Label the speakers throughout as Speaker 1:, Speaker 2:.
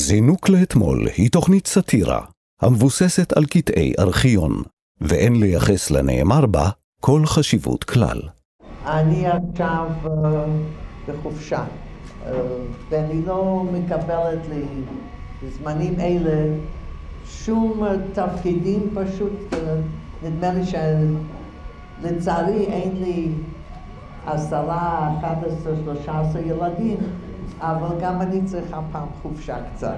Speaker 1: זינוק לאתמול היא תוכנית סאטירה המבוססת על קטעי ארכיון, ואין לייחס לנאמר בה כל חשיבות כלל.
Speaker 2: אני עכשיו אה, בחופשה, אה, ואני לא מקבלת לי בזמנים אלה שום אה, תפקידים, פשוט אה, נדמה לי שלצערי אין לי עשרה, אחת עשרה, שלושה עשרה ילדים, אבל גם אני צריכה פעם חופשה קצת.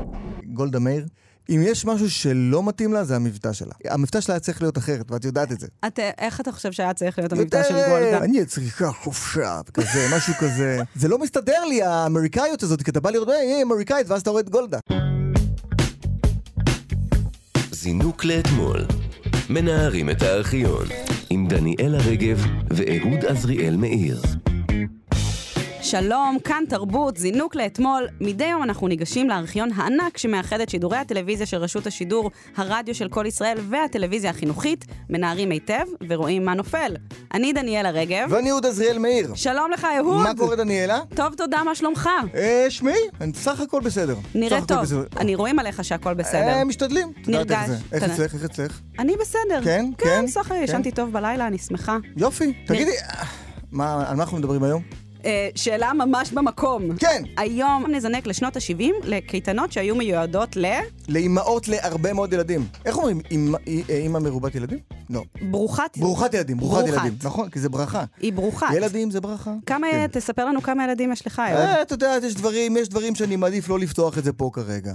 Speaker 3: גולדה מאיר, אם יש משהו שלא מתאים לה, זה המבטא שלה. המבטא שלה היה צריך להיות אחרת, ואת יודעת את זה.
Speaker 4: את, איך אתה חושב שהיה צריך להיות המבטא של
Speaker 3: אה,
Speaker 4: גולדה?
Speaker 3: אני צריכה חופשה, כזה, משהו כזה. זה לא מסתדר לי, האמריקאיות הזאת, כי אתה בא לראות, "אה, היא אמריקאית, ואז אתה רואה את גולדה.
Speaker 5: זינוק לאתמול. מנערים את הארכיון. עם דניאלה רגב ואהוד עזריאל מאיר.
Speaker 4: שלום, כאן תרבות, זינוק לאתמול. מדי יום אנחנו ניגשים לארכיון הענק שמאחד את שידורי הטלוויזיה של רשות השידור, הרדיו של כל ישראל והטלוויזיה החינוכית, מנערים היטב ורואים מה נופל. אני דניאלה רגב.
Speaker 3: ואני יהודה עזריאל מאיר.
Speaker 4: שלום לך, אהוד.
Speaker 3: מה קורה, דניאלה?
Speaker 4: טוב, תודה, מה שלומך?
Speaker 3: אה, שמי, אני בסך הכל בסדר.
Speaker 4: נראה
Speaker 3: בסך הכל
Speaker 4: טוב.
Speaker 3: בסדר.
Speaker 4: אני רואים עליך שהכל בסדר.
Speaker 3: אה, משתדלים. את יודעת איך
Speaker 4: נרגש.
Speaker 3: זה. איך
Speaker 4: אתה-
Speaker 3: אצלך, איך אצלך?
Speaker 4: אני בסדר.
Speaker 3: כן,
Speaker 4: כן,
Speaker 3: כן,
Speaker 4: סך
Speaker 3: כן.
Speaker 4: ישנתי טוב בלילה, אני שמחה.
Speaker 3: יופי. תגידי, אה, מה, על מה אנחנו מדברים היום?
Speaker 4: אה, שאלה ממש במקום.
Speaker 3: כן.
Speaker 4: היום נזנק לשנות ה-70 לקייטנות שהיו מיועדות
Speaker 3: לאימהות להרבה מאוד ילדים. איך אומרים, אימא- אי- אה, אימא מרובת ילדים? לא.
Speaker 4: לברוכת...
Speaker 3: ברוכת ילדים, ברוכת
Speaker 4: ברוכת.
Speaker 3: ילדים. נכון, כי זה ברכה.
Speaker 4: היא ברוכת.
Speaker 3: ילדים זה ברכה.
Speaker 4: כמה,
Speaker 3: כן.
Speaker 4: תספר לנו כמה ילדים יש לך היום.
Speaker 3: אה, את יודעת, יש דברים, יש דברים שאני מעדיף לא לפתוח את זה פה כרגע.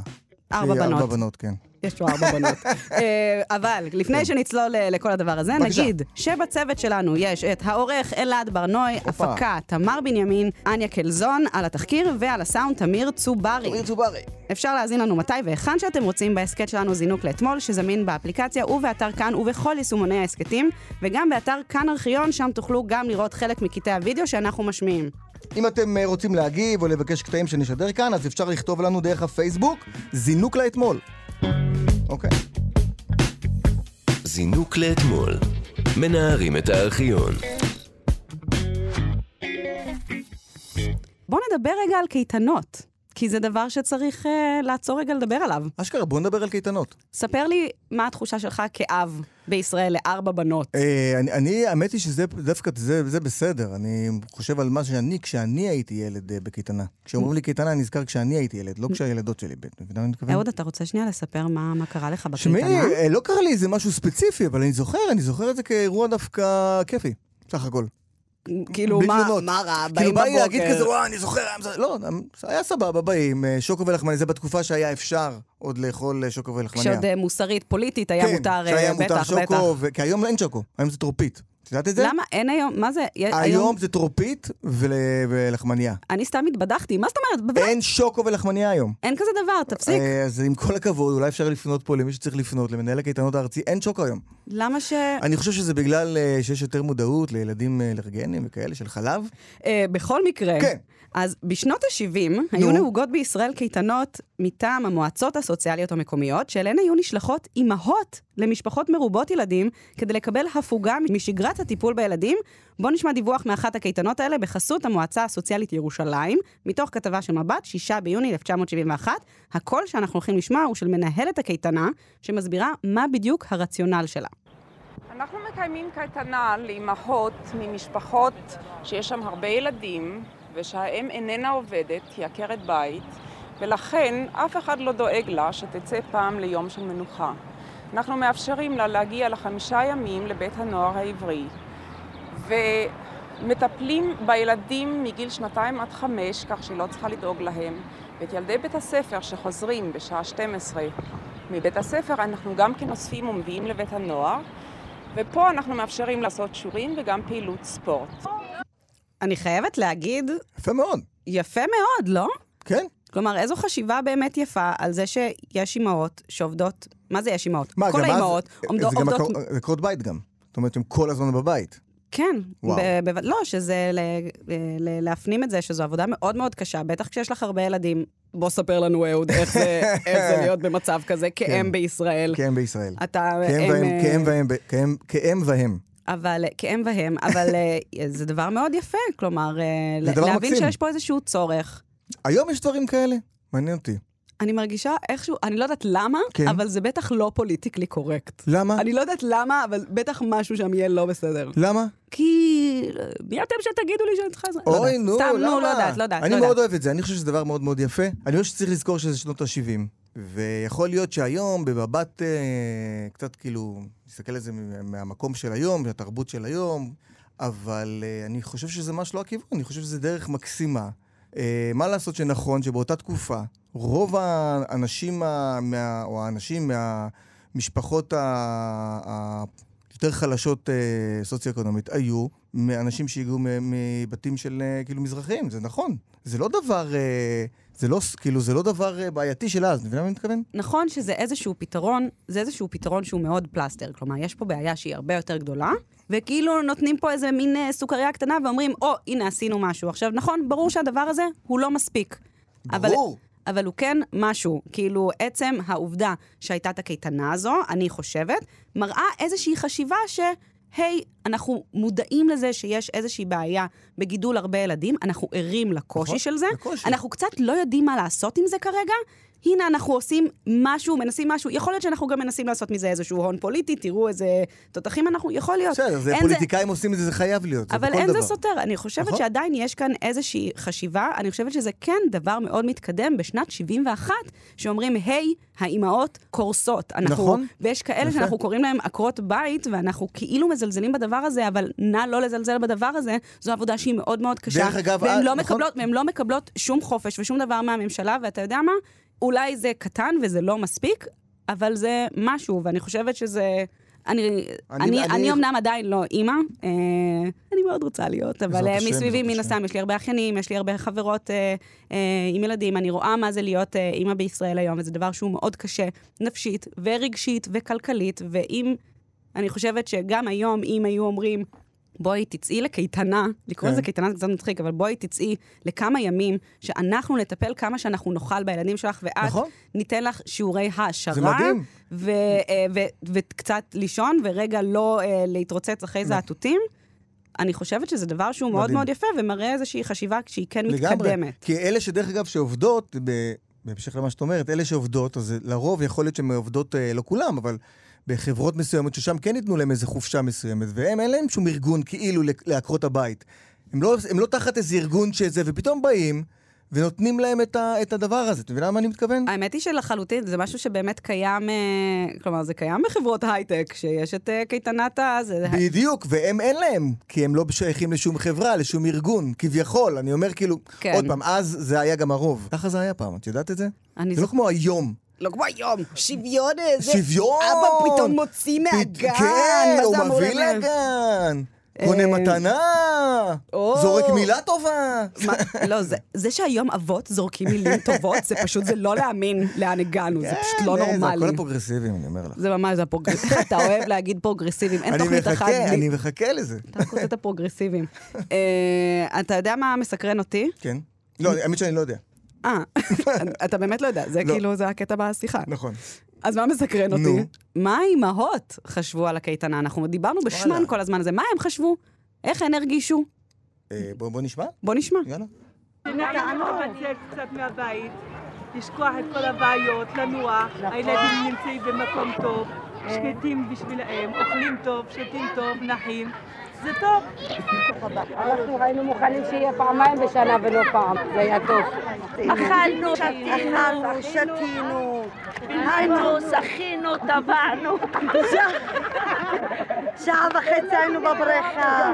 Speaker 4: ארבע
Speaker 3: שהיא ארבע
Speaker 4: בנות.
Speaker 3: בנות, כן.
Speaker 4: יש לו ארבע בנות. אה, אבל לפני שנצלול אה, לכל הדבר הזה,
Speaker 3: בבקשה.
Speaker 4: נגיד שבצוות שלנו יש את העורך אלעד ברנוי,
Speaker 3: הופה.
Speaker 4: הפקה תמר בנימין, אניה קלזון, על התחקיר ועל הסאונד תמיר צוברי.
Speaker 3: צוברי.
Speaker 4: אפשר להאזין לנו מתי והיכן שאתם רוצים בהסכת שלנו זינוק לאתמול, שזמין באפליקציה ובאתר כאן ובכל יישומוני ההסכתים, וגם באתר כאן ארכיון, שם תוכלו גם לראות חלק מקטעי הוידאו שאנחנו משמיעים.
Speaker 3: אם אתם אה, רוצים להגיב או לבקש קטעים שנשדר כאן, אז אפשר לכתוב לנו דרך הפייסבוק, זינוק לאתמול. אוקיי.
Speaker 5: זינוק לאתמול. מנערים את הארכיון.
Speaker 4: בואו נדבר רגע על קייטנות, כי זה דבר שצריך אה, לעצור רגע לדבר עליו.
Speaker 3: אשכרה, בואו נדבר על קייטנות.
Speaker 4: ספר לי מה התחושה שלך כאב בישראל לארבע בנות.
Speaker 3: אה, אני- אני, האמת היא שזה דווקא, זה זה בסדר. אני חושב על מה שאני, כשאני הייתי ילד אה, בקייטנה. כשאומרים לי קייטנה, אני נזכר כשאני הייתי ילד, לא כשהילדות שלי. את מבינה מה אני מתכוון?
Speaker 4: אהוד, אתה רוצה שנייה לספר מה, מה קרה לך
Speaker 3: שמעי,
Speaker 4: בקייטנה?
Speaker 3: אה, לא קרה לי איזה משהו ספציפי, אבל אני זוכר, אני זוכר את זה כאירוע דווקא כיפי, סך הכל.
Speaker 4: כאילו,
Speaker 3: בלי
Speaker 4: מה,
Speaker 3: תלונות.
Speaker 4: מה רע,
Speaker 3: כאילו
Speaker 4: באים
Speaker 3: בא לי להגיד כזה,
Speaker 4: בבוקר.
Speaker 3: וואי, אני זוכר, היה מזה-" לא, היה סבבה, באים, אה, שוקו ולחמניה, זה בתקופה שהיה אפשר עוד לאכול אה, שוקו ולחמניה.
Speaker 4: כשעוד אה, מוסרית, פוליטית, היה מותר, אה,
Speaker 3: כן, שהיה מותר
Speaker 4: בטח, בטח.
Speaker 3: שוקו, ו- כי היום אין שוקו, היום זה טרופית. את יודעת את זה?
Speaker 4: למה אין היום, מה זה, יש-
Speaker 3: היום זה טרופית ול- ולחמניה.
Speaker 4: אני סתם התבדחתי, מה זאת אומרת? בבלוק,
Speaker 3: אין שוקו ולחמניה היום.
Speaker 4: אין כזה דבר, תפסיק.
Speaker 3: אה, אז עם כל הכבוד, אולי אפשר לפנות פה למי שצריך לפנות, למנהל הקייטנות הארצי, אין שוקו היום.
Speaker 4: למה ש...
Speaker 3: אני חושב שזה בגלל אה, שיש יותר מודעות לילדים אה, אלרגנים וכאלה של חלב.
Speaker 4: אה, בכל מקרה,
Speaker 3: כן.
Speaker 4: אז בשנות ה-70 היו נהוגות בישראל קייטנות מטעם המועצות הסוציאליות המקומיות, שאליהן היו נשלחות אימהות למשפחות מרובות ילדים כדי לקבל הפוגה משגרת הטיפול בילדים. בואו נשמע דיווח מאחת הקייטנות האלה בחסות המועצה הסוציאלית ירושלים, מתוך כתבה של מבט, 6 ביוני 1971. הקול שאנחנו הולכים לשמוע הוא של מנהלת הקייטנה, שמסבירה מה בדיוק הרציונל שלה.
Speaker 6: אנחנו מקיימים קייטנה לאימהות ממשפחות שיש שם הרבה ילדים ושהאם איננה עובדת, היא עקרת בית ולכן אף אחד לא דואג לה שתצא פעם ליום של מנוחה. אנחנו מאפשרים לה להגיע לחמישה ימים לבית הנוער העברי ומטפלים בילדים מגיל שנתיים עד חמש כך שהיא לא צריכה לדאוג להם ואת ילדי בית הספר שחוזרים בשעה 12 מבית הספר אנחנו גם כן אוספים ומביאים לבית הנוער ופה אנחנו מאפשרים לעשות שיעורים וגם פעילות ספורט.
Speaker 4: אני חייבת להגיד,
Speaker 3: יפה מאוד,
Speaker 4: יפה מאוד, לא?
Speaker 3: כן?
Speaker 4: כלומר, איזו חשיבה באמת יפה על זה שיש אימהות שעובדות, מה זה יש אימהות?
Speaker 3: מה,
Speaker 4: כל
Speaker 3: גם אז- אה,
Speaker 4: האימהות עומדו-
Speaker 3: זה גם
Speaker 4: עובדות...
Speaker 3: עקרות- עקרות בית גם. זאת אומרת, הם כל הזמן בבית.
Speaker 4: כן,
Speaker 3: וואו.
Speaker 4: ב- ב- לא, שזה ל- אה, ל- להפנים את זה, שזו עבודה מאוד מאוד קשה, בטח כשיש לך הרבה ילדים. בוא ספר לנו, אהוד, איך זה איך זה להיות במצב כזה כאם
Speaker 3: כן.
Speaker 4: בישראל.
Speaker 3: כאם בישראל.
Speaker 4: אתה...
Speaker 3: כאם
Speaker 4: אם,
Speaker 3: והם,
Speaker 4: אה,
Speaker 3: כאם והם, ב- כאם- כאם והם.
Speaker 4: אבל, כאם והם, אבל אה, זה דבר מאוד יפה, כלומר, אה,
Speaker 3: זה דבר
Speaker 4: להבין
Speaker 3: מקסים.
Speaker 4: שיש פה איזשהו צורך.
Speaker 3: היום יש דברים כאלה? מעניין אותי.
Speaker 4: אני מרגישה איכשהו, אני לא יודעת למה,
Speaker 3: כן.
Speaker 4: אבל זה בטח לא פוליטיקלי קורקט.
Speaker 3: למה?
Speaker 4: אני לא יודעת למה, אבל בטח משהו שם יהיה לא בסדר.
Speaker 3: למה?
Speaker 4: כי... מי אתם שתגידו לי שאני צריכה עזרה? לא
Speaker 3: אוי,
Speaker 4: יודעת.
Speaker 3: נו,
Speaker 4: סתם,
Speaker 3: למה?
Speaker 4: נו, לא יודעת, לא יודעת.
Speaker 3: אני
Speaker 4: לא
Speaker 3: מאוד
Speaker 4: יודעת.
Speaker 3: אוהב את זה, אני חושב שזה דבר מאוד מאוד יפה. אני חושב שצריך לזכור שזה שנות ה-70. ויכול להיות שהיום, במבט אה, קצת כאילו, נסתכל על זה מ- מהמקום של היום, מהתרבות של היום, אבל אה, אני חושב שזה ממש לא הכיוון, אני חושב שזה דרך מקסימה. אה, מה לעשות שנכון שבאותה תקופה, רוב האנשים, ה, מה, או האנשים מהמשפחות ה- ה- יותר חלשות אה, סוציו-אקונומית היו מאנשים שהגיעו מ- מבתים של אה, כאילו מזרחים, זה נכון. זה לא דבר, אה, זה לא, ס- כאילו, זה לא דבר אה, בעייתי של אז, מבינה מה אני מתכוון?
Speaker 4: נכון שזה איזשהו פתרון, זה איזשהו פתרון שהוא מאוד פלסטר. כלומר, יש פה בעיה שהיא הרבה יותר גדולה, וכאילו נותנים פה איזה מין אה, סוכריה קטנה ואומרים, או, הנה, עשינו משהו. עכשיו, נכון, ברור שהדבר הזה הוא לא מספיק. אבל-
Speaker 3: ברור.
Speaker 4: אבל הוא כן משהו. כאילו, עצם העובדה שהייתה את הקייטנה הזו, אני חושבת, מראה איזושהי חשיבה ש... היי, אנחנו מודעים לזה שיש איזושהי בעיה בגידול הרבה ילדים, אנחנו ערים לקושי
Speaker 3: נכון,
Speaker 4: של זה,
Speaker 3: לקושי.
Speaker 4: אנחנו קצת לא יודעים מה לעשות עם זה כרגע, הנה אנחנו עושים משהו, מנסים משהו, יכול להיות שאנחנו גם מנסים לעשות מזה איזשהו הון פוליטי, תראו איזה תותחים אנחנו, יכול להיות.
Speaker 3: בסדר, זה
Speaker 4: אין
Speaker 3: פוליטיקאים עושים את זה, זה חייב להיות, זה
Speaker 4: אבל
Speaker 3: בכל
Speaker 4: אין
Speaker 3: דבר.
Speaker 4: זה סותר, אני חושבת
Speaker 3: נכון.
Speaker 4: שעדיין יש כאן איזושהי חשיבה, אני חושבת שזה כן דבר מאוד מתקדם בשנת 71, שאומרים, היי, האימהות קורסות. אנחנו,
Speaker 3: נכון.
Speaker 4: ויש כאלה
Speaker 3: יפה.
Speaker 4: שאנחנו קוראים להם עקרות בית, ואנחנו כאילו מזלזלים בדבר הזה, אבל נא לא לזלזל בדבר הזה, זו עבודה שהיא מאוד מאוד קשה.
Speaker 3: דרך אגב,
Speaker 4: והן
Speaker 3: אה,
Speaker 4: לא
Speaker 3: נכון.
Speaker 4: מקבלות, והן לא מקבלות שום חופש ושום דבר מהממשלה, ואתה יודע מה? אולי זה קטן וזה לא מספיק, אבל זה משהו, ואני חושבת שזה... אני,
Speaker 3: אני-
Speaker 4: אני, אני,
Speaker 3: אני-
Speaker 4: אני אמנם עדיין לא אימא, אה, אני מאוד רוצה להיות, אבל
Speaker 3: בעזרת
Speaker 4: אה,
Speaker 3: השם,
Speaker 4: מסביבי
Speaker 3: בעזרת
Speaker 4: מן
Speaker 3: השם.
Speaker 4: הסתם יש לי הרבה אחיינים, יש לי הרבה חברות אה, אה, עם ילדים, אני רואה מה זה להיות אה, אימא בישראל היום, וזה דבר שהוא מאוד קשה, נפשית ורגשית וכלכלית, ואם, אני חושבת שגם היום, אם היו אומרים, בואי תצאי לקייטנה, לקרוא לזה
Speaker 3: כן.
Speaker 4: קייטנה זה קצת מצחיק, אבל בואי תצאי לכמה ימים, שאנחנו נטפל כמה שאנחנו נוכל בילדים שלך, ואת
Speaker 3: נכון.
Speaker 4: ניתן לך שיעורי העשרה.
Speaker 3: זה מדהים.
Speaker 4: ו- אה, ו- וקצת לישון, ורגע לא אה, להתרוצץ אחרי זעתותים. אני חושבת שזה דבר שהוא מאוד
Speaker 3: נכון. מדהים.
Speaker 4: מאוד יפה, ומראה איזושהי חשיבה שהיא כן
Speaker 3: לגמרי.
Speaker 4: מתקדמת.
Speaker 3: כי אלה שדרך אגב שעובדות, ב- בהמשך למה שאת אומרת, אלה שעובדות, אז לרוב יכול להיות שהן עובדות, אה, לא כולם, אבל בחברות מסוימות ששם כן ייתנו להם איזו חופשה מסוימת, והם אין להם שום ארגון כאילו לק- לעקרות הבית. הם לא, הם לא תחת איזה ארגון שזה, ופתאום באים ונותנים להם את, ה, את הדבר הזה. את מבינה למה אני מתכוון?
Speaker 4: האמת היא שלחלוטין, זה משהו שבאמת קיים, אה, כלומר, זה קיים בחברות הייטק, שיש את אה, קייטנת ה... זה-
Speaker 3: בדיוק, והם אין להם, כי הם לא שייכים לשום חברה, לשום ארגון, כביכול. אני אומר כאילו,
Speaker 4: כן.
Speaker 3: עוד פעם, אז זה היה גם הרוב. ככה זה היה פעם, את יודעת את זה?
Speaker 4: אני
Speaker 3: זה לא
Speaker 4: זוכ-
Speaker 3: כמו היום.
Speaker 4: לא כמו היום, שוויון איזה...
Speaker 3: שוויון!
Speaker 4: אבא פתאום מוציא
Speaker 3: פת-
Speaker 4: מהגן,
Speaker 3: כן,
Speaker 4: מה זה
Speaker 3: הוא
Speaker 4: אמור
Speaker 3: מביא
Speaker 4: להם?
Speaker 3: לגן, קונה
Speaker 4: אה,
Speaker 3: מתנה,
Speaker 4: או.
Speaker 3: זורק מילה טובה.
Speaker 4: מה, לא, זה, זה שהיום אבות זורקים מילים טובות, זה פשוט, זה לא להאמין לאן הגענו, זה פשוט לא
Speaker 3: כן, זה
Speaker 4: נורמלי.
Speaker 3: הכל הפרוגרסיבים, אני אומר לך.
Speaker 4: זה ממש, זה הפרוגרסיבים. איך אתה אוהב להגיד פרוגרסיבים? אין
Speaker 3: אני
Speaker 4: תוכנית אחת
Speaker 3: מחכה,
Speaker 4: בלי...
Speaker 3: אני מחכה לזה.
Speaker 4: אתה רק רוצה את הפרוגרסיבים. אה, אתה יודע מה מסקרן אותי?
Speaker 3: כן. לא, האמת שאני לא יודע.
Speaker 4: אה, אתה באמת לא יודע, זה
Speaker 3: לא.
Speaker 4: כאילו, זה הקטע בשיחה.
Speaker 3: נכון.
Speaker 4: אז מה מסקרן
Speaker 3: נו.
Speaker 4: אותי? מה האימהות חשבו על הקייטנה? אנחנו דיברנו בשמן
Speaker 3: וואלה.
Speaker 4: כל הזמן הזה, מה הם חשבו? איך הן הרגישו?
Speaker 3: אה, בוא בוא נשמע?
Speaker 4: בוא נשמע.
Speaker 3: יאללה.
Speaker 7: נתנו לצאת קצת מהבית, לשכוח את כל הבעיות, לנוח, הילדים נמצאים במקום טוב, שקטים בשבילם, אוכלים טוב, שותים טוב, נחים, זה טוב.
Speaker 8: אנחנו היינו מוכנים שיהיה פעמיים בשנה ולא פעם, זה היה טוב.
Speaker 9: אכלנו, שתינו, שתינו, היינו, שחינו, טבענו. שעה וחצי היינו בבריכה.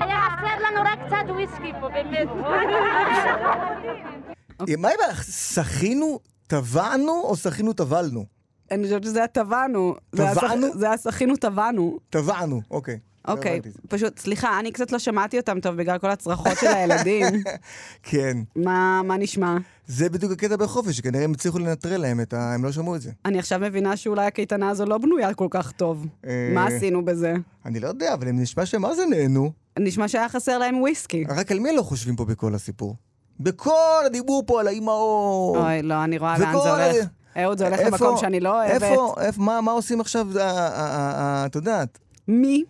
Speaker 8: היה חסר לנו רק קצת וויסקי פה, באמת.
Speaker 3: אה, מה הבעיה? שחינו, טבענו או שחינו, טבלנו?
Speaker 4: אני חושבת שזה היה טבענו. זה היה שח-
Speaker 3: טבענו?
Speaker 4: זה היה שחינו טבענו.
Speaker 3: טבענו, אוקיי. לא
Speaker 4: אוקיי,
Speaker 3: הבנתי את זה.
Speaker 4: פשוט, סליחה, אני קצת לא שמעתי אותם טוב בגלל כל הצרחות של הילדים.
Speaker 3: כן.
Speaker 4: מה מה נשמע?
Speaker 3: זה בדיוק הקטע בחופש, שכנראה הם הצליחו לנטרל להם את ה... הם לא שמעו את זה.
Speaker 4: אני עכשיו מבינה שאולי הקייטנה הזו לא בנויה כל כך טוב.
Speaker 3: אה.
Speaker 4: מה עשינו בזה?
Speaker 3: אני לא יודע, אבל הם נשמע שהם מה זה נהנו.
Speaker 4: נשמע שהיה חסר להם וויסקי.
Speaker 3: רק על מי לא חושבים פה בכל הסיפור? בכל הדיבור פה על האימהות.
Speaker 4: אוי, לא, אני רואה לאן
Speaker 3: וכל
Speaker 4: זה הולך.
Speaker 3: ה-
Speaker 4: אהוד, זה הולך
Speaker 3: איפה-
Speaker 4: למקום שאני לא אוהבת.
Speaker 3: איפה, איפה, מה, מה עושים עכשיו, אה, אה, אה, אה, את יודעת?
Speaker 4: מי?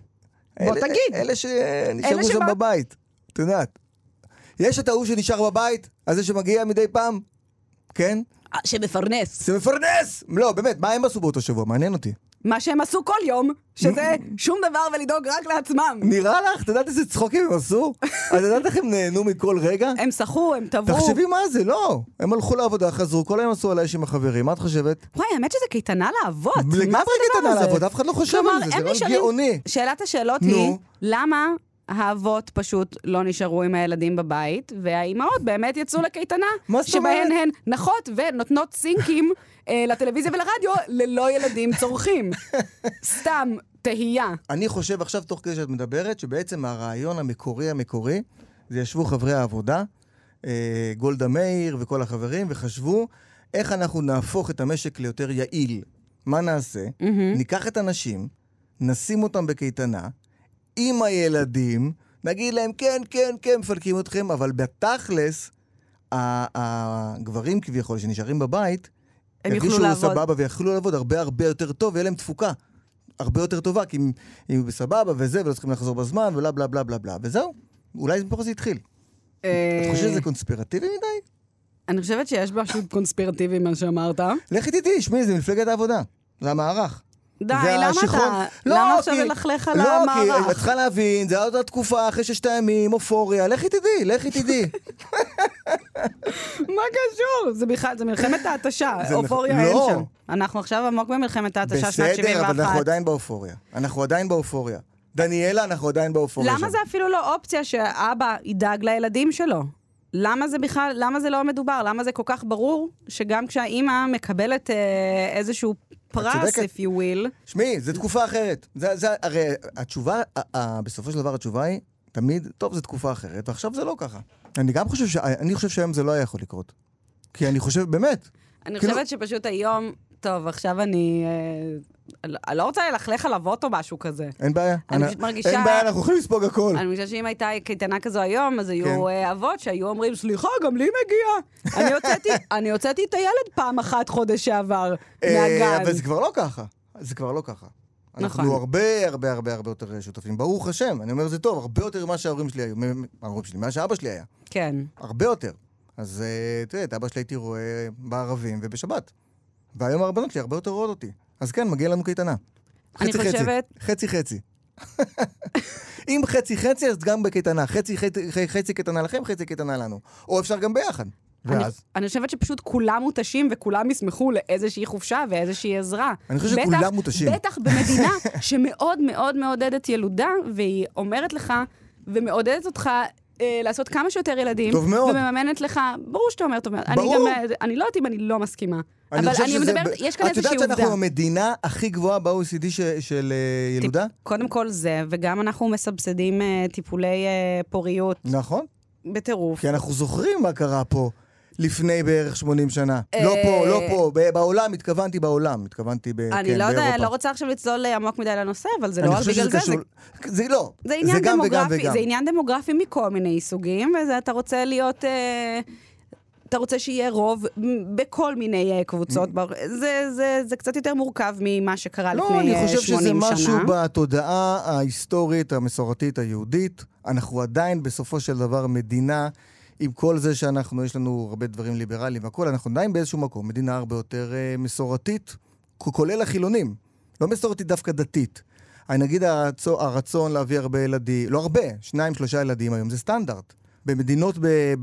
Speaker 4: בוא
Speaker 3: אלה-
Speaker 4: תגיד.
Speaker 3: אלה שנשארו
Speaker 4: אלה
Speaker 3: שם
Speaker 4: שבא-
Speaker 3: בבית, את יודעת. יש את ההוא שנשאר בבית, הזה שמגיע מדי פעם, כן?
Speaker 4: שמפרנס.
Speaker 3: זה מפרנס! לא, באמת, מה הם עשו באותו שבוע? מעניין אותי.
Speaker 4: מה שהם עשו כל יום, שזה שום דבר ולדאוג רק לעצמם.
Speaker 3: נראה לך? את יודעת איזה צחוקים הם עשו? את יודעת איך הם נהנו מכל רגע?
Speaker 4: הם שחו, הם טבעו.
Speaker 3: תחשבי מה זה, לא. הם הלכו לעבודה, חזרו, כל היום עשו על האש עם החברים, מה את חושבת?
Speaker 4: וואי, האמת שזה קייטנה לאבות. מה זה
Speaker 3: לגמרי
Speaker 4: הדבר
Speaker 3: קטנה
Speaker 4: הזה?
Speaker 3: לעבוד, אף אחד לא חושב
Speaker 4: כלומר,
Speaker 3: על זה, זה
Speaker 4: הם
Speaker 3: רעיון
Speaker 4: נשארים-
Speaker 3: גאוני.
Speaker 4: שאלת השאלות
Speaker 3: נו.
Speaker 4: היא, למה האבות פשוט לא נשארו עם הילדים בבית, והאימהות באמת יצאו לקייטנה,
Speaker 3: מה זאת אומרת?
Speaker 4: שבהן הן נחות ונותנות סינקים אה, לטלוויזיה ולרדיו ללא ילדים צורכים. סתם תהייה.
Speaker 3: אני חושב עכשיו, תוך כדי שאת מדברת, שבעצם הרעיון המקורי המקורי, זה ישבו חברי העבודה, אה, גולדה מאיר וכל החברים, וחשבו איך אנחנו נהפוך את המשק ליותר יעיל. מה נעשה?
Speaker 4: מהמם.
Speaker 3: ניקח את הנשים, נשים אותם בקייטנה, עם הילדים, נגיד להם, כן, כן, כן, מפרקים אתכם, אבל בתכלס, ה- הגברים כביכול שנשארים בבית,
Speaker 4: הם יוכלו
Speaker 3: ירגישו
Speaker 4: לעבוד.
Speaker 3: סבבה ויכלו לעבוד הרבה הרבה יותר טוב, ויהיה להם תפוקה הרבה יותר טובה, כי הם הם יהיו בסבבה וזה, ולא צריכים לחזור בזמן, ובלה בלה בלה בלה בלה, וזהו. אולי מפה זה התחיל.
Speaker 4: אה.
Speaker 3: את חושבת שזה קונספירטיבי מדי?
Speaker 4: אני חושבת שיש משהו קונספירטיבי מה שאמרת.
Speaker 3: לכי תדעי, שמי, זה מפלגת העבודה. זה המערך.
Speaker 4: די,
Speaker 3: זה
Speaker 4: למה
Speaker 3: השיכרון-
Speaker 4: אתה?
Speaker 3: לא,
Speaker 4: למה עכשיו
Speaker 3: כי-
Speaker 4: ללכלך על
Speaker 3: לא, כי את
Speaker 4: המערך?
Speaker 3: צריכה להבין, זה היה עוד התקופה אחרי ששת הימים, אופוריה, לכי תדעי, לכי תדעי.
Speaker 4: מה קשור? זה בכלל, זה מלחמת ההתשה.
Speaker 3: זה נכון.
Speaker 4: אופוריה אין
Speaker 3: לא.
Speaker 4: שם. אנחנו עכשיו עמוק במלחמת ההתשה שנת 71.
Speaker 3: בסדר, אבל אנחנו עדיין באופוריה. אנחנו עדיין באופוריה. דניאלה, אנחנו עדיין באופוריה.
Speaker 4: למה
Speaker 3: שם.
Speaker 4: זה אפילו לא אופציה שאבא ידאג לילדים שלו? למה זה בכלל, למה זה לא מדובר? למה זה כל כך ברור שגם כשהאימא מקבלת אה, איזשהו פרס,
Speaker 3: צודקת.
Speaker 4: if you will,
Speaker 3: שמעי, זו תקופה אחרת. זה, זה, הרי התשובה, ה- ה- בסופו של דבר התשובה היא, תמיד, טוב, זו תקופה אחרת, ועכשיו זה לא ככה. אני גם חושב, ש... אני חושב שהיום זה לא היה יכול לקרות. כי אני חושב, באמת,
Speaker 4: אני
Speaker 3: כאילו-
Speaker 4: חושבת שפשוט היום, טוב, עכשיו אני... אה, אני לא רוצה ללכלך על אבות או משהו כזה.
Speaker 3: אין בעיה.
Speaker 4: אני פשוט מרגישה-
Speaker 3: אין בעיה, אנחנו יכולים לספוג הכל.
Speaker 4: אני חושבת שאם הייתה קייטנה כזו היום, אז היו
Speaker 3: כן.
Speaker 4: אה, אבות שהיו אומרים, סליחה, גם לי מגיע. אני הוצאתי- אני הוצאתי את הילד פעם אחת חודש שעבר
Speaker 3: אה,
Speaker 4: מהגן.
Speaker 3: אבל זה כבר לא ככה. זה כבר לא ככה. אנחנו
Speaker 4: נכון.
Speaker 3: הרבה הרבה הרבה הרבה יותר שותפים. ברוך השם, אני אומר זה טוב, הרבה יותר ממה שההורים שלי היו, מ- מ- ההורים שלי, מה שאבא שלי היה.
Speaker 4: כן.
Speaker 3: הרבה יותר. אז אה, תראה, את אבא שלי הייתי רואה בערבים ובשבת. והיום הרבנות שלי הרבה יותר רואות אותי. אז כן, מגיע לנו קייטנה.
Speaker 4: אני
Speaker 3: חצי-חצי.
Speaker 4: חושבת-
Speaker 3: חצי-חצי. אם חצי-חצי, אז גם בקייטנה. חצי- חצי- חצי קייטנה לכם, חצי קייטנה לנו. או אפשר גם ביחד. ואז?
Speaker 4: אני חושבת שפשוט כולם מותשים וכולם ישמחו לאיזושהי חופשה ואיזושהי עזרה.
Speaker 3: אני חושב
Speaker 4: בטח-
Speaker 3: שכולם מותשים.
Speaker 4: בטח במדינה שמאוד מאוד מעודדת ילודה, והיא אומרת לך ומעודדת אותך אה, לעשות כמה שיותר ילדים.
Speaker 3: טוב מאוד.
Speaker 4: ומממנת לך, ברור שאתה אומר טוב מאוד.
Speaker 3: ברור.
Speaker 4: אני גם, אה, אני לא יודעת אם אני לא מסכימה.
Speaker 3: אני
Speaker 4: אבל
Speaker 3: חושב
Speaker 4: אני
Speaker 3: שזה
Speaker 4: מדברת,
Speaker 3: ב-
Speaker 4: יש כאן איזושהי
Speaker 3: את
Speaker 4: עובדה.
Speaker 3: יודעת שאנחנו המדינה הכי גבוהה ב-OECD ש- של אה,
Speaker 4: טיפ-
Speaker 3: ילודה?
Speaker 4: קודם כל זה, וגם אנחנו מסבסדים אה, טיפולי אה, פוריות
Speaker 3: נכון.
Speaker 4: בטירוף.
Speaker 3: כי אנחנו זוכרים מה קרה פה לפני בערך 80 שנה.
Speaker 4: אה,
Speaker 3: לא פה, לא פה, ב- בעולם, התכוונתי בעולם, התכוונתי ב- כן,
Speaker 4: אני לא, יודע,
Speaker 3: באירופה.
Speaker 4: לא רוצה עכשיו לצלול עמוק מדי לנושא, אבל זה
Speaker 3: אני
Speaker 4: לא רק
Speaker 3: חושב
Speaker 4: בגלל
Speaker 3: שזה
Speaker 4: זה, זה
Speaker 3: קשור- זה לא,
Speaker 4: זה עניין
Speaker 3: גם וגם
Speaker 4: דמוגרפי,
Speaker 3: וגם.
Speaker 4: זה עניין דמוגרפי מכל מיני סוגים, ואתה רוצה להיות... אה, אתה רוצה שיהיה רוב מ- בכל מיני אה, קבוצות. בר- זה, זה, זה קצת יותר מורכב ממה שקרה
Speaker 3: לא,
Speaker 4: לפני
Speaker 3: אני
Speaker 4: אה,
Speaker 3: חושב
Speaker 4: 80 שנה.
Speaker 3: שזה משהו בתודעה ההיסטורית, המסורתית, היהודית. אנחנו עדיין בסופו של דבר מדינה, עם כל זה שאנחנו, יש לנו הרבה דברים ליברליים והכול, אנחנו עדיין באיזשהו מקום, מדינה הרבה יותר אה, מסורתית, כ- כולל החילונים. לא מסורתית דווקא דתית. אה, נגיד הרצון, הרצון להביא הרבה ילדים, לא הרבה, שניים, שלושה ילדים היום, זה סטנדרט. במדינות ב-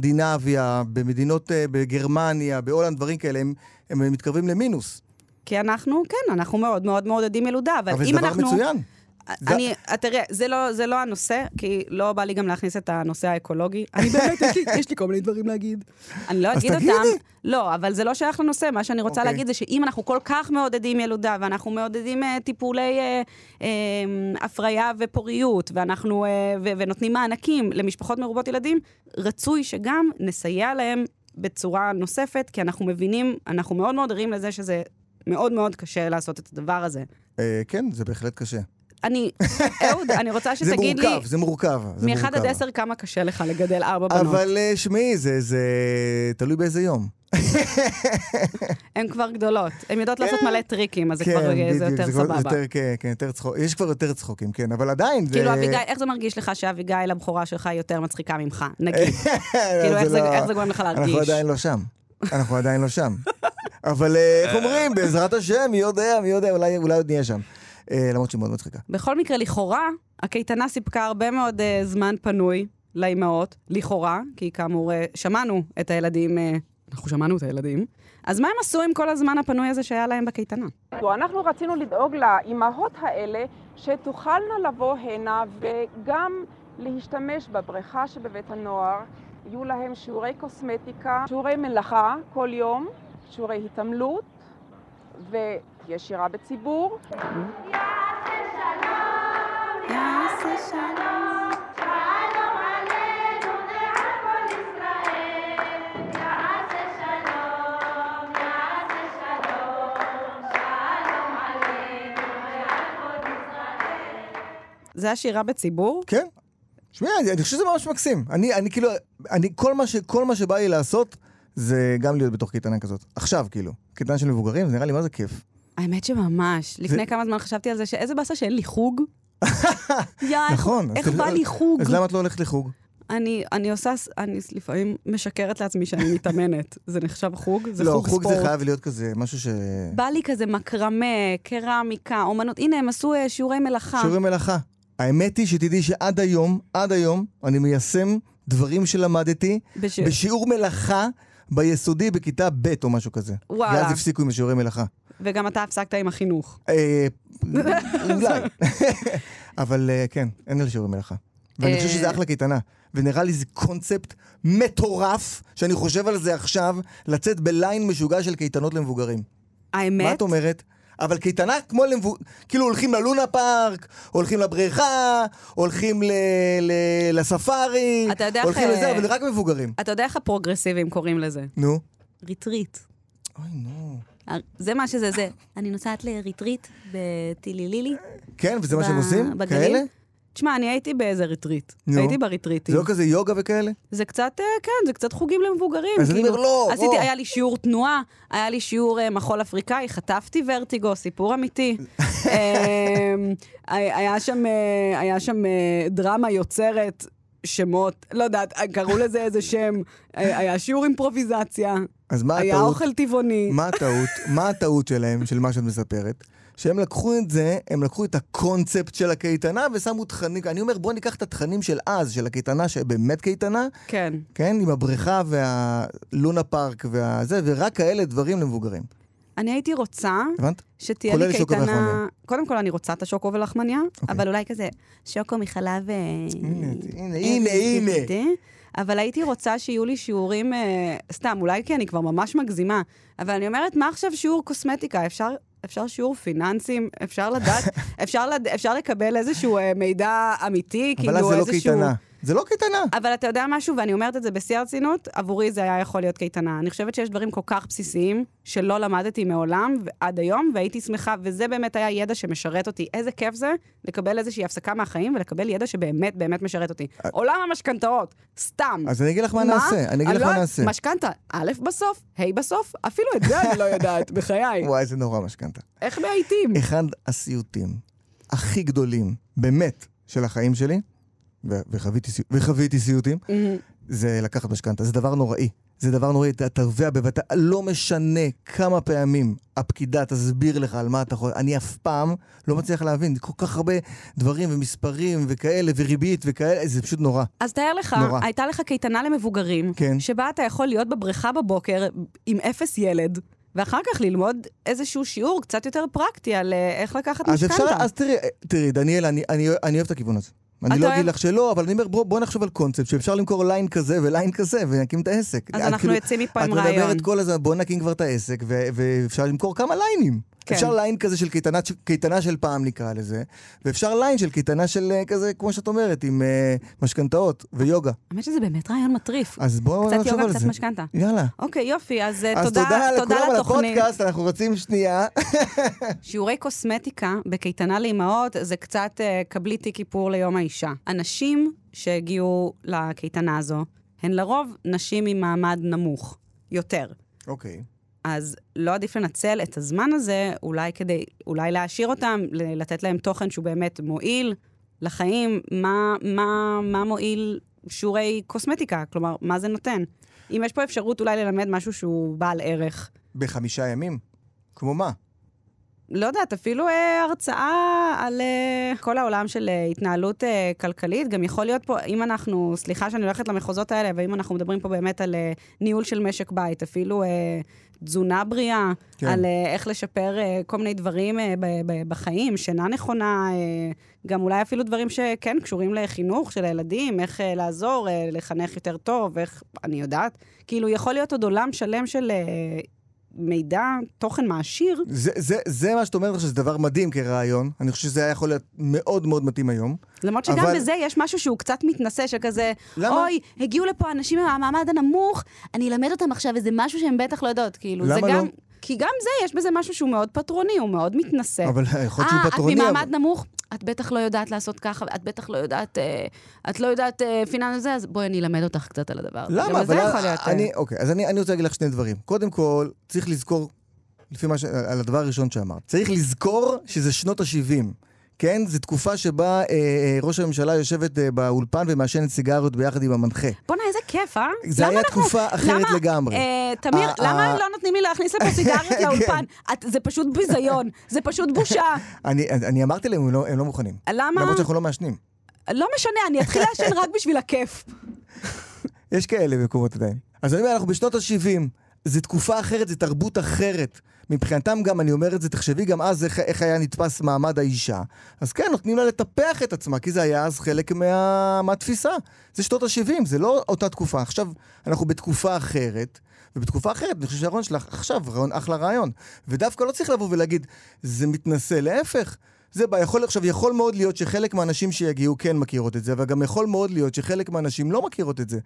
Speaker 3: בסקנדינביה, במדינות אה, בגרמניה, בהולנד, דברים כאלה, הם, הם מתקרבים למינוס.
Speaker 4: כי אנחנו, כן, אנחנו מאוד מאוד מעודדים ילודה, אבל,
Speaker 3: אבל
Speaker 4: אם
Speaker 3: זה דבר
Speaker 4: אנחנו...
Speaker 3: מצוין. זה-
Speaker 4: אני, תראה, זה לא, זה לא הנושא, כי לא בא לי גם להכניס את הנושא האקולוגי. אני באמת, יש לי, יש לי כל מיני דברים להגיד. אני לא
Speaker 3: אז
Speaker 4: אגיד
Speaker 3: תגידי.
Speaker 4: אותם. לא, אבל זה לא שייך לנושא. מה שאני רוצה
Speaker 3: אוקיי.
Speaker 4: להגיד זה שאם אנחנו כל כך מעודדים ילודה, ואנחנו מעודדים אה, טיפולי אה, אה, הפריה ופוריות, ואנחנו, אה, ו, ונותנים מענקים למשפחות מרובות ילדים, רצוי שגם נסייע להם בצורה נוספת, כי אנחנו מבינים, אנחנו מאוד מאוד ערים לזה שזה מאוד מאוד קשה לעשות את הדבר הזה.
Speaker 3: אה, כן, זה בהחלט קשה.
Speaker 4: אני, אהוד, אני רוצה
Speaker 3: זה
Speaker 4: שתגיד לי,
Speaker 3: מורכב, זה מורכב. זה
Speaker 4: מאחד עד
Speaker 3: מורכב.
Speaker 4: עשר כמה קשה לך לגדל ארבע בנות.
Speaker 3: אבל אה, שמעי, זה- זה תלוי באיזה יום.
Speaker 4: הן כבר גדולות. הן יודעות לעשות מלא טריקים, אז זה
Speaker 3: כן,
Speaker 4: כבר אה, זה
Speaker 3: בדיוק,
Speaker 4: יותר
Speaker 3: כבר-
Speaker 4: סבבה.
Speaker 3: יותר- כן, כן, יותר צחוק. יש כבר יותר צחוקים, כן, אבל עדיין, זה... לא,
Speaker 4: כאילו, אביגיל, איך זה מרגיש לך שאביגיל הבכורה שלך היא יותר מצחיקה ממך, נגיד? כאילו,
Speaker 3: זה
Speaker 4: איך זה-
Speaker 3: לא-
Speaker 4: איך זה גורם לך
Speaker 3: אנחנו
Speaker 4: להרגיש?
Speaker 3: עדיין לא שם. אנחנו עדיין לא שם. אבל אה, איך אומרים, בעזרת השם, מי יודע, מי יודע, אולי אולי עוד נהיה שם. אה, למרות שהיא מאוד מצחיקה.
Speaker 4: בכל מקרה, לכאורה, הקייטנה סיפקה הרבה מאוד אה, זמן פנוי לאימהות, לכאורה, כי כאמור, אה, שמענו את הילדים, אה, אנחנו שמענו את הילדים, אז מה הם עשו עם כל הזמן הפנוי הזה שהיה להם בקייטנה?
Speaker 6: אנחנו רצינו לדאוג לאימהות האלה שתוכלנה לבוא הנה וגם להשתמש בבריכה שבבית הנוער. יהיו להם שיעורי קוסמטיקה, שיעורי מלאכה כל יום, שיעורי התעמלות ותהיה שירה בציבור.
Speaker 4: זה השירה בציבור?
Speaker 3: כן. שמע, אני, אני חושב שזה ממש מקסים. אני, אני כאילו, אני, כל מה, ש, כל מה שבא לי לעשות, זה גם להיות בתוך קייטנה כזאת. עכשיו, כאילו. קייטנה של מבוגרים, זה נראה לי מה זה כיף.
Speaker 4: האמת שממש. לפני כמה זמן חשבתי על זה שאיזה באסה שאין לי חוג. יא, איך-
Speaker 3: נכון. אז
Speaker 4: איך
Speaker 3: צריך-
Speaker 4: בא לי חוג?
Speaker 3: אז למה את לא הולכת לחוג?
Speaker 4: אני, אני עושה, ס- אני לפעמים משקרת לעצמי שאני מתאמנת. זה נחשב חוג? זה
Speaker 3: לא,
Speaker 4: חוג ספורט.
Speaker 3: זה חייב להיות כזה, משהו ש...
Speaker 4: בא לי כזה מקרמה, קרמיקה, אומנות. הנה, הם עשו אה, שיעורי מלאכה.
Speaker 3: שיעורי מלאכה. האמת היא שתדעי שעד היום, עד היום, אני מיישם דברים שלמדתי
Speaker 4: בש-
Speaker 3: בשיעור מלאכה ביסודי בכיתה ב' או משהו כזה.
Speaker 4: וואלה.
Speaker 3: ואז הפסיקו עם השיעורי מלאכה.
Speaker 4: וגם אתה הפסקת עם החינוך.
Speaker 3: אה, אולי. אבל אה, כן, אין על שיעורי מלאכה. ואני
Speaker 4: אה.
Speaker 3: חושב שזה אחלה קייטנה. ונראה לי זה קונספט מטורף, שאני חושב על זה עכשיו, לצאת בליין משוגע של קייטנות למבוגרים. מה
Speaker 4: האמת,
Speaker 3: את אומרת? אבל קייטנה כמו למבו... כאילו הולכים ללונה פארק, הולכים לבריכה, הולקים ל... ל... לספארי,
Speaker 4: אתה יודע איך,
Speaker 3: הולכים לזה,
Speaker 4: אה,
Speaker 3: אבל רק מבוגרים.
Speaker 4: אתה יודע איך הפרוגרסיבים קוראים לזה?
Speaker 3: נו.
Speaker 4: ריטריט.
Speaker 3: אוי, נו.
Speaker 4: זה מה שזה, זה. אני נוסעת לריטריט בטילילילי.
Speaker 3: כן, וזה מה שהם
Speaker 4: ב-
Speaker 3: עושים?
Speaker 4: בגליל?
Speaker 3: כאלה?
Speaker 4: תשמע, אני הייתי באיזה ריטריט.
Speaker 3: נו.
Speaker 4: הייתי
Speaker 3: זה
Speaker 4: בריטריטים.
Speaker 3: לא כזה יוגה וכאלה?
Speaker 4: זה קצת, אה, כן, זה קצת חוגים למבוגרים.
Speaker 3: אז אני
Speaker 4: כאילו,
Speaker 3: אומר, לא,
Speaker 4: עשיתי,
Speaker 3: לא.
Speaker 4: היה לי שיעור תנועה, היה לי שיעור אה, מחול אפריקאי, חטפתי ורטיגו, סיפור אמיתי. אה, היה שם, אה, היה שם אה, דרמה יוצרת. שמות, לא יודעת, קראו לזה איזה שם, אה, היה שיעור אימפרוביזציה,
Speaker 3: אז מה
Speaker 4: היה
Speaker 3: הטעות?
Speaker 4: אוכל טבעוני.
Speaker 3: מה הטעות? מה הטעות שלהם, של מה שאת מספרת? שהם לקחו את זה, הם לקחו את הקונספט של הקייטנה ושמו תכנים. אני אומר, בואו ניקח את התכנים של אז, של הקייטנה, שבאמת קייטנה,
Speaker 4: כן.
Speaker 3: כן, עם הבריכה והלונה פארק והזה, ורק כאלה דברים למבוגרים.
Speaker 4: אני הייתי רוצה
Speaker 3: הבנת?
Speaker 4: שתהיה
Speaker 3: כולל
Speaker 4: לי
Speaker 3: שוקו
Speaker 4: קייטנה...
Speaker 3: ולחמניה.
Speaker 4: קודם כל, אני רוצה את השוקו ולחמניה, אבל אולי כזה שוקו מחלב... אה,
Speaker 3: אוקיי. הנה,
Speaker 4: אה,
Speaker 3: הנה, הנה.
Speaker 4: אה, אבל הייתי רוצה שיהיו לי שיעורים, אה, סתם, אולי כי אני כבר ממש מגזימה, אבל אני אומרת, מה עכשיו שיעור קוסמטיקה? אפשר... אפשר שיעור פיננסים, אפשר לדעת, אפשר, לד... אפשר לקבל איזשהו אה, מידע אמיתי,
Speaker 3: אבל אז
Speaker 4: כאילו
Speaker 3: זה לא
Speaker 4: איזשהו...
Speaker 3: קייטנה. זה לא קייטנה.
Speaker 4: אבל אתה יודע משהו, ואני אומרת את זה בשיא הרצינות, עבורי זה היה יכול להיות קייטנה. אני חושבת שיש דברים כל כך בסיסיים שלא למדתי מעולם עד היום, והייתי שמחה, וזה באמת היה ידע שמשרת אותי. איזה כיף זה לקבל איזושהי הפסקה מהחיים ולקבל ידע שבאמת באמת משרת אותי. עולם המשכנתאות, סתם.
Speaker 3: אה, אז אני אגיד לך מה נעשה, אני אגיד לך
Speaker 4: לא-
Speaker 3: מה נעשה.
Speaker 4: משכנתה, א' בסוף, ה' בסוף, אפילו את זה אני לא יודעת, בחיי.
Speaker 3: וואי, זה נורא משכנתה.
Speaker 4: איך מאייתים?
Speaker 3: אחד הסיוטים הכי גדולים, באמת, של החיים שלי, ו- וחוויתי, סי- וחוויתי סיוטים, זה לקחת משכנתה. זה דבר נוראי. זה דבר נוראי, אתה תרווה בבת... לא משנה כמה פעמים הפקידה תסביר לך על מה אתה יכול... אני אף פעם לא מצליח להבין. כל כך הרבה דברים ומספרים וכאלה, וריבית וכאלה, זה פשוט נורא.
Speaker 4: אז תאר לך,
Speaker 3: נורא.
Speaker 4: הייתה לך קייטנה למבוגרים,
Speaker 3: כן.
Speaker 4: שבה אתה יכול להיות בבריכה בבוקר עם אפס ילד, ואחר כך ללמוד איזשהו שיעור קצת יותר פרקטי על אה, איך לקחת
Speaker 3: אז אפשר,
Speaker 4: משכנתה.
Speaker 3: אז תראי, תראי, דניאל, אני, אני, אני אוהב את הכיוון הזה. אני לא
Speaker 4: אוהב?
Speaker 3: אגיד לך שלא, אבל אני אומר, בוא, בוא נחשוב על קונספט שאפשר למכור ליין כזה וליין כזה, ונקים את העסק.
Speaker 4: אז
Speaker 3: את
Speaker 4: אנחנו יוצאים מפה עם
Speaker 3: כאילו, את
Speaker 4: רעיון.
Speaker 3: מדברת כל הזמן, בוא נקים כבר את העסק, ו- ואפשר למכור כמה ליינים.
Speaker 4: כן.
Speaker 3: אפשר ליין כזה של קייטנה, קייטנה של פעם נקרא לזה, ואפשר ליין של קייטנה של אה, כזה, כמו שאת אומרת, עם אה, משכנתאות ויוגה.
Speaker 4: האמת שזה באמת רעיון מטריף.
Speaker 3: אז בואו
Speaker 4: קצת
Speaker 3: נחשוב
Speaker 4: יוגה,
Speaker 3: על
Speaker 4: קצת
Speaker 3: זה.
Speaker 4: משכנתה.
Speaker 3: יאללה.
Speaker 4: אוקיי, יופי, אז אה,
Speaker 3: אז
Speaker 4: תודה
Speaker 3: תודה
Speaker 4: תודה
Speaker 3: לכולם על
Speaker 4: לתוכנית.
Speaker 3: הפודקאסט, אנחנו רצים שנייה.
Speaker 4: שיעורי קוסמטיקה בקייטנה לאימהות זה קצת אה, קבלי תיק איפור ליום האישה. הנשים שהגיעו לקייטנה הזו הן לרוב נשים ממעמד נמוך יותר.
Speaker 3: אוקיי.
Speaker 4: אז לא עדיף לנצל את הזמן הזה, אולי כדי, אולי להעשיר אותם, ל- לתת להם תוכן שהוא באמת מועיל לחיים, מה, מה, מה מועיל שיעורי קוסמטיקה, כלומר, מה זה נותן? אם יש פה אפשרות אולי ללמד משהו שהוא בעל ערך.
Speaker 3: בחמישה ימים? כמו מה?
Speaker 4: לא יודעת, אפילו אה, הרצאה על אה, כל העולם של אה, התנהלות אה, כלכלית. גם יכול להיות פה, אם אנחנו, סליחה שאני הולכת למחוזות האלה, ואם אנחנו מדברים פה באמת על אה, ניהול של משק בית, אפילו אה, תזונה בריאה,
Speaker 3: כן.
Speaker 4: כן. על אה, איך לשפר אה, כל מיני דברים אה, ב- ב- בחיים, שינה נכונה, אה, גם אולי אפילו דברים שכן קשורים לחינוך של הילדים, איך אה, לעזור, אה, לחנך יותר טוב, איך, אני יודעת. כאילו, יכול להיות עוד עולם שלם של... אה, מידע, תוכן מעשיר,
Speaker 3: זה, זה, זה מה שאת אומרת עכשיו, שזה דבר מדהים כרעיון. אני חושב שזה היה יכול להיות מאוד מאוד מתאים היום.
Speaker 4: למרות שגם
Speaker 3: אבל-
Speaker 4: אבל... בזה יש משהו שהוא קצת מתנשא, שכזה,
Speaker 3: למה?
Speaker 4: למה? אוי, הגיעו לפה אנשים מהמעמד הנמוך, אני אלמד אותם עכשיו איזה משהו שהם בטח לא יודעות, כאילו, זה
Speaker 3: למה
Speaker 4: גם...
Speaker 3: לא?
Speaker 4: כי גם זה, יש בזה משהו שהוא מאוד פטרוני, הוא מאוד מתנשא.
Speaker 3: אבל יכול להיות שהוא פטרוני,
Speaker 4: אה, את
Speaker 3: אבל-
Speaker 4: ממעמד נמוך, את בטח לא יודעת לעשות ככה, את בטח לא יודעת, אה, את לא יודעת אה, פיננס זה, אז בואי אני אלמד אותך קצת על הדבר. הזה."
Speaker 3: למה?
Speaker 4: גם זה
Speaker 3: אבל
Speaker 4: יכול להיות... אה,
Speaker 3: אני, אוקיי, אז אני, אני רוצה להגיד לך שני דברים. קודם כל, צריך לזכור, לפי מה ש... על על הדבר הראשון שאמרת, צריך לזכור שזה שנות ה-70. כן? זו תקופה שבה אה, אה, ראש הממשלה יושבת אה, באולפן ומעשנת סיגריות ביחד עם המנחה.
Speaker 4: בואנה, איזה כיף, אה?
Speaker 3: זה
Speaker 4: למה
Speaker 3: היה
Speaker 4: אנחנו-
Speaker 3: תקופה אחרת
Speaker 4: למה-
Speaker 3: לגמרי.
Speaker 4: אה, תמיר,
Speaker 3: אה, אה.
Speaker 4: למה לא נותנים לי להכניס לפה סיגריות
Speaker 3: כן.
Speaker 4: לאולפן? את- זה פשוט ביזיון, זה פשוט בושה.
Speaker 3: אני, אני אני אמרתי להם, הם לא, הם לא מוכנים.
Speaker 4: למה?
Speaker 3: למרות שאנחנו לא מעשנים.
Speaker 4: לא משנה, אני אתחיל לעשן רק בשביל הכיף.
Speaker 3: יש כאלה מקומות עדיין. אז אני אומר, אנחנו בשנות ה-70, זו תקופה אחרת, זו תרבות אחרת. מבחינתם גם, אני אומר את זה, תחשבי גם אז איך, איך היה נתפס מעמד האישה. אז כן, נותנים לה לטפח את עצמה, כי זה היה אז חלק מה, מהתפיסה. זה שנות ה-70, זה לא אותה תקופה. עכשיו, אנחנו בתקופה אחרת, ובתקופה אחרת, אני חושב שהרעיון שלך עכשיו, רעיון, אחלה רעיון. ודווקא לא צריך לבוא ולהגיד, זה מתנשא, להפך. זה בא, יכול, עכשיו, יכול מאוד להיות שחלק מהאנשים שיגיעו כן מכירות את זה, אבל גם יכול מאוד להיות שחלק מהאנשים לא מכירות את זה.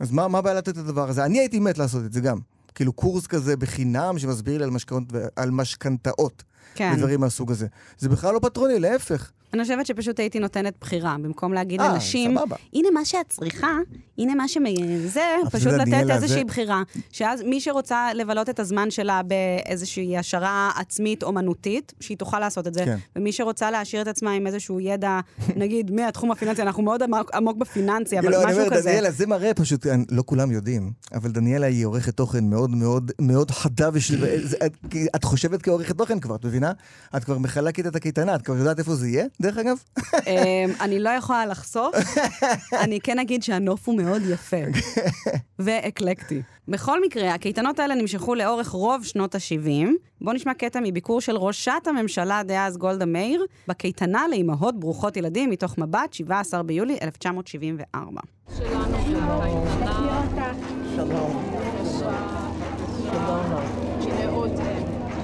Speaker 3: אז מה, מה הבעיה לתת את הדבר הזה? אני הייתי מת לעשות את זה גם. כאילו קורס כזה בחינם שמסביר לי על משכנתאות ו- על משכנתאות.
Speaker 4: כן.
Speaker 3: ודברים מהסוג הזה. זה בכלל לא פטרוני, להפך.
Speaker 4: אני חושבת שפשוט הייתי נותנת בחירה, במקום להגיד
Speaker 3: אה,
Speaker 4: לנשים,
Speaker 3: סבבה.
Speaker 4: הנה מה שאת צריכה, הנה מה שזה,
Speaker 3: אבל
Speaker 4: פשוט
Speaker 3: זה,
Speaker 4: לתת
Speaker 3: דניאלה, זה-
Speaker 4: איזושהי בחירה. שאז מי שרוצה לבלות את הזמן שלה באיזושהי השערה עצמית אומנותית, שהיא תוכל לעשות את זה,
Speaker 3: כן.
Speaker 4: ומי שרוצה להשאיר את עצמה עם איזשהו ידע, נגיד, מהתחום הפיננסי, אנחנו מאוד עמוק- עמוק בפיננסי, אבל
Speaker 3: כאילו, אני
Speaker 4: משהו
Speaker 3: אומר,
Speaker 4: כזה.
Speaker 3: דניאלה, זה מראה פשוט, אני- לא כולם יודעים, אבל דניאלה היא עורכת תוכן מאוד מאוד מאוד חדה, ושל- זה- את- כי את חושבת כעורכת תוכן כבר, את מבינה? את כבר מחלקת את הקייטנה, את כבר יודעת איפה זה יהיה, דרך אגב?
Speaker 4: אמ, אני לא יכולה לחשוף, אני כן אגיד שהנוף הוא מאוד יפה ואקלקטי. בכל מקרה, הקייטנות האלה נמשכו לאורך רוב שנות ה-70. בואו נשמע קטע מביקור של ראשת הממשלה דאז גולדה מאיר בקייטנה לאימהות ברוכות ילדים מתוך מבט, 17 ביולי 1974.
Speaker 2: שלום. שלום.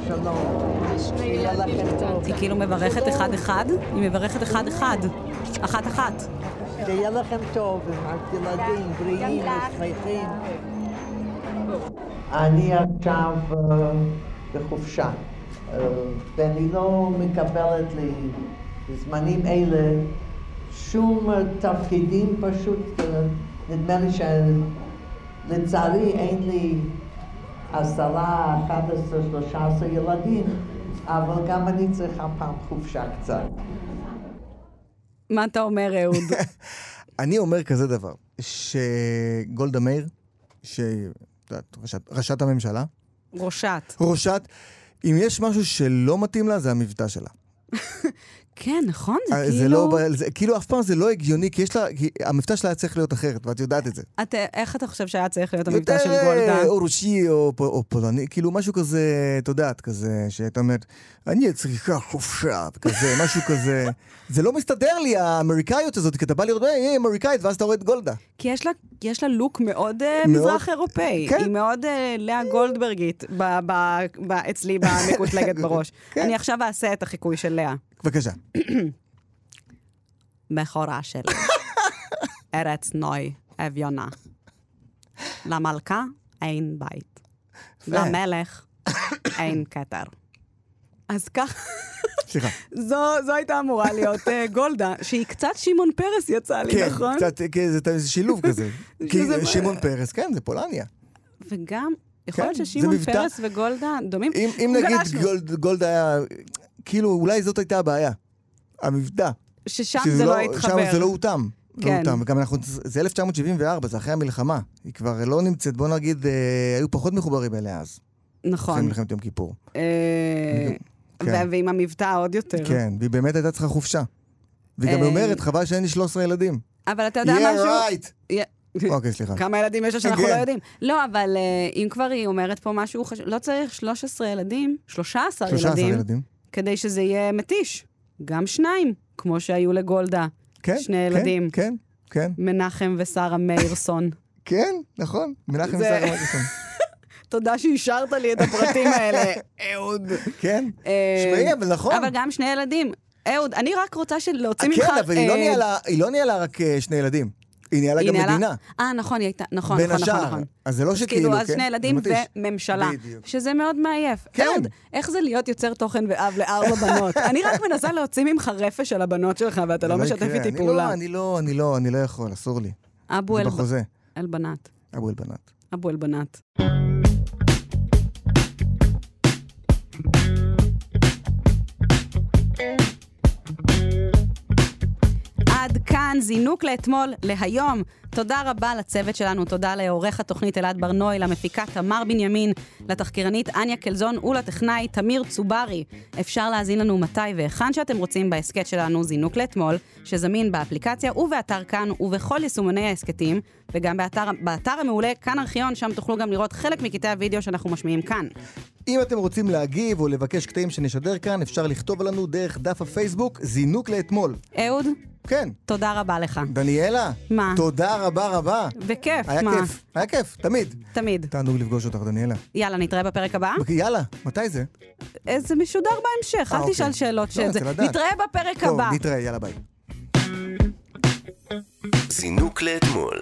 Speaker 2: שלום. שיהיה לכם טוב.
Speaker 4: היא כאילו מברכת אחד-אחד, היא מברכת אחד-אחד, אחת-אחת.
Speaker 2: שיהיה לכם טוב עם הילדים בריאים ושמחים. אני עכשיו אה, בחופשה, אה, ואני לא מקבלת לי בזמנים אלה שום תפקידים פשוט, אה, נדמה לי שלצערי אין לי עשרה, אחת עשרה, שלושה עשרה ילדים, אבל גם אני צריכה פעם חופשה קצת.
Speaker 4: מה אתה אומר, אהוד?
Speaker 3: אני אומר כזה דבר, שגולדה מאיר, שהיא את יודעת, ראשת- ראשת הממשלה,
Speaker 4: ראשת.
Speaker 3: ראשת, אם יש משהו שלא מתאים לה, זה המבטא שלה.
Speaker 4: כן, נכון? זה
Speaker 3: אה,
Speaker 4: כאילו...
Speaker 3: זה לא, ב- זה, כאילו אף פעם זה לא הגיוני, כי יש לה, כי המבטא שלה היה צריך להיות אחרת, ואת יודעת את זה.
Speaker 4: אתה- איך אתה חושב שהיה צריך להיות המבטא של
Speaker 3: יותר,
Speaker 4: גולדה?
Speaker 3: אה, או רוסי או, פ- או פולני, כאילו משהו כזה, את יודעת, כזה, שאת אומרת, אני צריכה חופשה, כזה, משהו כזה. זה לא מסתדר לי, האמריקאיות הזאת, כי אתה בא לראות, "אה, היא אמריקאית, ואז אתה רואה את גולדה.
Speaker 4: כי יש לה, יש לה לוק מאוד, אה,
Speaker 3: מאוד-
Speaker 4: מזרח אירופאי.
Speaker 3: כן.
Speaker 4: היא מאוד אה, לאה גולדברגית ב, ב, ב, אצלי במקוטלגת בראש.
Speaker 3: כן.
Speaker 4: אני עכשיו אעשה את החיקוי של לאה.
Speaker 3: בבקשה.
Speaker 4: בכורה שלי. ארץ נוי אביונה. למלכה אין בית. למלך אין כתר. אז כך,
Speaker 3: סליחה.
Speaker 4: זו, זו הייתה אמורה להיות אה, גולדה, שהיא קצת שמעון פרס יצא לי,
Speaker 3: כן,
Speaker 4: נכון?
Speaker 3: קצת, כן, זה- זה שילוב כזה. כי
Speaker 4: שזה-
Speaker 3: שמעון פרס, כן, זה פולניה.
Speaker 4: וגם, יכול
Speaker 3: כן,
Speaker 4: להיות
Speaker 3: זה
Speaker 4: ששמעון
Speaker 3: מבטא-
Speaker 4: פרס וגולדה דומים.
Speaker 3: אם, אם
Speaker 4: גלשנו.
Speaker 3: נגיד גולד, גולד היה, כאילו אולי זאת הייתה הבעיה, המבטא.
Speaker 4: ששם
Speaker 3: שזה
Speaker 4: זה לא
Speaker 3: שם
Speaker 4: התחבר.
Speaker 3: זה לא הותאם. כן.
Speaker 4: כן.
Speaker 3: אותם. וגם אנחנו, זה 1974, זה אחרי המלחמה. היא כבר לא נמצאת, בוא נגיד, אה, היו פחות מחוברים אליה אז. אחרי
Speaker 4: נכון.
Speaker 3: מלחמת יום כיפור.
Speaker 4: אה,
Speaker 3: כן.
Speaker 4: ו- ועם המבטא עוד יותר.
Speaker 3: כן, והיא באמת הייתה צריכה חופשה. והיא גם
Speaker 4: אה,
Speaker 3: אומרת, חבל שאין לי 13 ילדים.
Speaker 4: אבל אתה יודע
Speaker 3: Yeah,
Speaker 4: משהו?
Speaker 3: right.
Speaker 4: Yeah.
Speaker 3: אוקיי, סליחה.
Speaker 4: כמה ילדים יש לה שאנחנו
Speaker 3: כן.
Speaker 4: לא יודעים. לא, אבל אה, אם כבר היא אומרת פה משהו חשוב, לא צריך 13 ילדים, 13
Speaker 3: 13
Speaker 4: ילדים,
Speaker 3: ילדים.
Speaker 4: כדי שזה יהיה מתיש. גם שניים, כמו שהיו לגולדה.
Speaker 3: כן,
Speaker 4: שני
Speaker 3: כן,
Speaker 4: ילדים.
Speaker 3: כן, כן,
Speaker 4: מנחם ושרה מאירסון.
Speaker 3: כן, נכון. מנחם
Speaker 4: זה-
Speaker 3: שרה מרקסון.
Speaker 4: תודה שאישרת לי את הפרטים האלה, אהוד.
Speaker 3: כן.
Speaker 4: אה,
Speaker 3: שמעי, אבל נכון.
Speaker 4: אבל גם שני ילדים. אהוד, אני רק רוצה של- להוציא ממך...
Speaker 3: כן, אבל היא לא
Speaker 4: אה,
Speaker 3: ניהלה- היא לא ניהלה רק אה, שני ילדים. היא ניהלה
Speaker 4: היא
Speaker 3: גם
Speaker 4: ניהלה-
Speaker 3: מדינה.
Speaker 4: אה, נכון, היא הייתה, נכון,
Speaker 3: בין
Speaker 4: נכון, נכון,
Speaker 3: השאר.
Speaker 4: נכון.
Speaker 3: אז זה לא שכאילו,
Speaker 4: כאילו, אז
Speaker 3: כן,
Speaker 4: שני
Speaker 3: זה
Speaker 4: ילדים
Speaker 3: מתיש.
Speaker 4: וממשלה.
Speaker 3: בדיוק.
Speaker 4: שזה מאוד מעייף.
Speaker 3: כן.
Speaker 4: אהוד, איך זה להיות יוצר תוכן ואב לארבע בנות? אני רק מנסה להוציא ממך רפש על הבנות שלך, ואתה
Speaker 3: זה
Speaker 4: לא משתף
Speaker 3: יקרה.
Speaker 4: איתי
Speaker 3: אני לא-
Speaker 4: פעולה.
Speaker 3: אני לא, אני לא, אני לא יכול, אסור לי.
Speaker 4: אבו
Speaker 3: זה
Speaker 4: אלב-
Speaker 3: בחוזה.
Speaker 4: אלבנת.
Speaker 3: אבו אלבנת.
Speaker 4: אבו אלבנת. עד כאן זינוק לאתמול, להיום. תודה רבה לצוות שלנו, תודה לעורך התוכנית אלעד ברנוי, למפיקה תמר בנימין, לתחקירנית אניה קלזון ולטכנאי תמיר צוברי. אפשר להאזין לנו מתי והיכן שאתם רוצים בהסכת שלנו זינוק לאתמול, שזמין באפליקציה ובאתר כאן ובכל יישומוני ההסכתים, וגם באתר, באתר המעולה כאן ארכיון, שם תוכלו גם לראות חלק מקטעי הוידאו שאנחנו משמיעים כאן.
Speaker 3: אם אתם רוצים להגיב או לבקש קטעים שנשדר כאן, אפשר לכתוב לנו דרך דף הפייסבוק זינוק לאתמול.
Speaker 4: אהוד,
Speaker 3: כן.
Speaker 4: תודה רבה לך.
Speaker 3: דניאלה,
Speaker 4: מה?
Speaker 3: תודה רבה רבה.
Speaker 4: בכיף,
Speaker 3: היה
Speaker 4: מה?
Speaker 3: כיף, היה כיף, תמיד.
Speaker 4: תמיד.
Speaker 3: תענוג לפגוש אותך, דניאלה.
Speaker 4: יאללה, נתראה בפרק הבא.
Speaker 3: יאללה, מתי זה?
Speaker 4: אה, זה משודר בהמשך,
Speaker 3: אה,
Speaker 4: אל
Speaker 3: אוקיי.
Speaker 4: תשאל שאלות
Speaker 3: לא,
Speaker 4: של זה.
Speaker 3: אני רוצה לדעת.
Speaker 4: נתראה בפרק
Speaker 3: טוב,
Speaker 4: הבא.
Speaker 3: נתראה, יאללה ביי.
Speaker 5: זינוק לאתמול.